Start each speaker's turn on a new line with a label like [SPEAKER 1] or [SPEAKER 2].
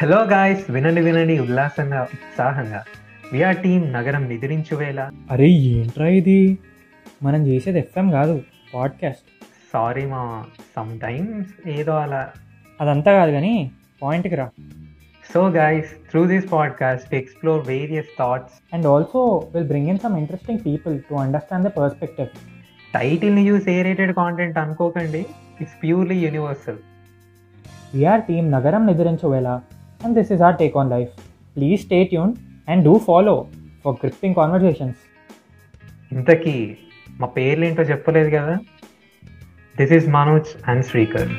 [SPEAKER 1] hello guys వినని వినని ఉల్లాసంగా ఉత్సాహంగా విఆర్ టీం నగరం నిద్రించువేలా
[SPEAKER 2] అరే ఏంట్రా ఇది మనం చేసేది ఎఫ్ఎం కాదు పాడ్కాస్ట్
[SPEAKER 1] సారీ మా సమ్ టైమ్స్ ఏదో అలా
[SPEAKER 2] అదంతా కాదు కానీ పాయింట్కి రా
[SPEAKER 1] so guys through this podcast explore various thoughts
[SPEAKER 2] and also will bring in some interesting people to understand the perspective
[SPEAKER 1] టైటిల్ని చూసి ఏ రేటెడ్ కాంటెంట్ అనుకోకండి it's purely universal
[SPEAKER 2] we are team నగరం Nidrinchavela and this is our take on life please stay tune and do follow for gripping conversations
[SPEAKER 1] ఇంతకీ మా పేర్లేంటో చెప్పలేదు కదా this is Manoj and Srikar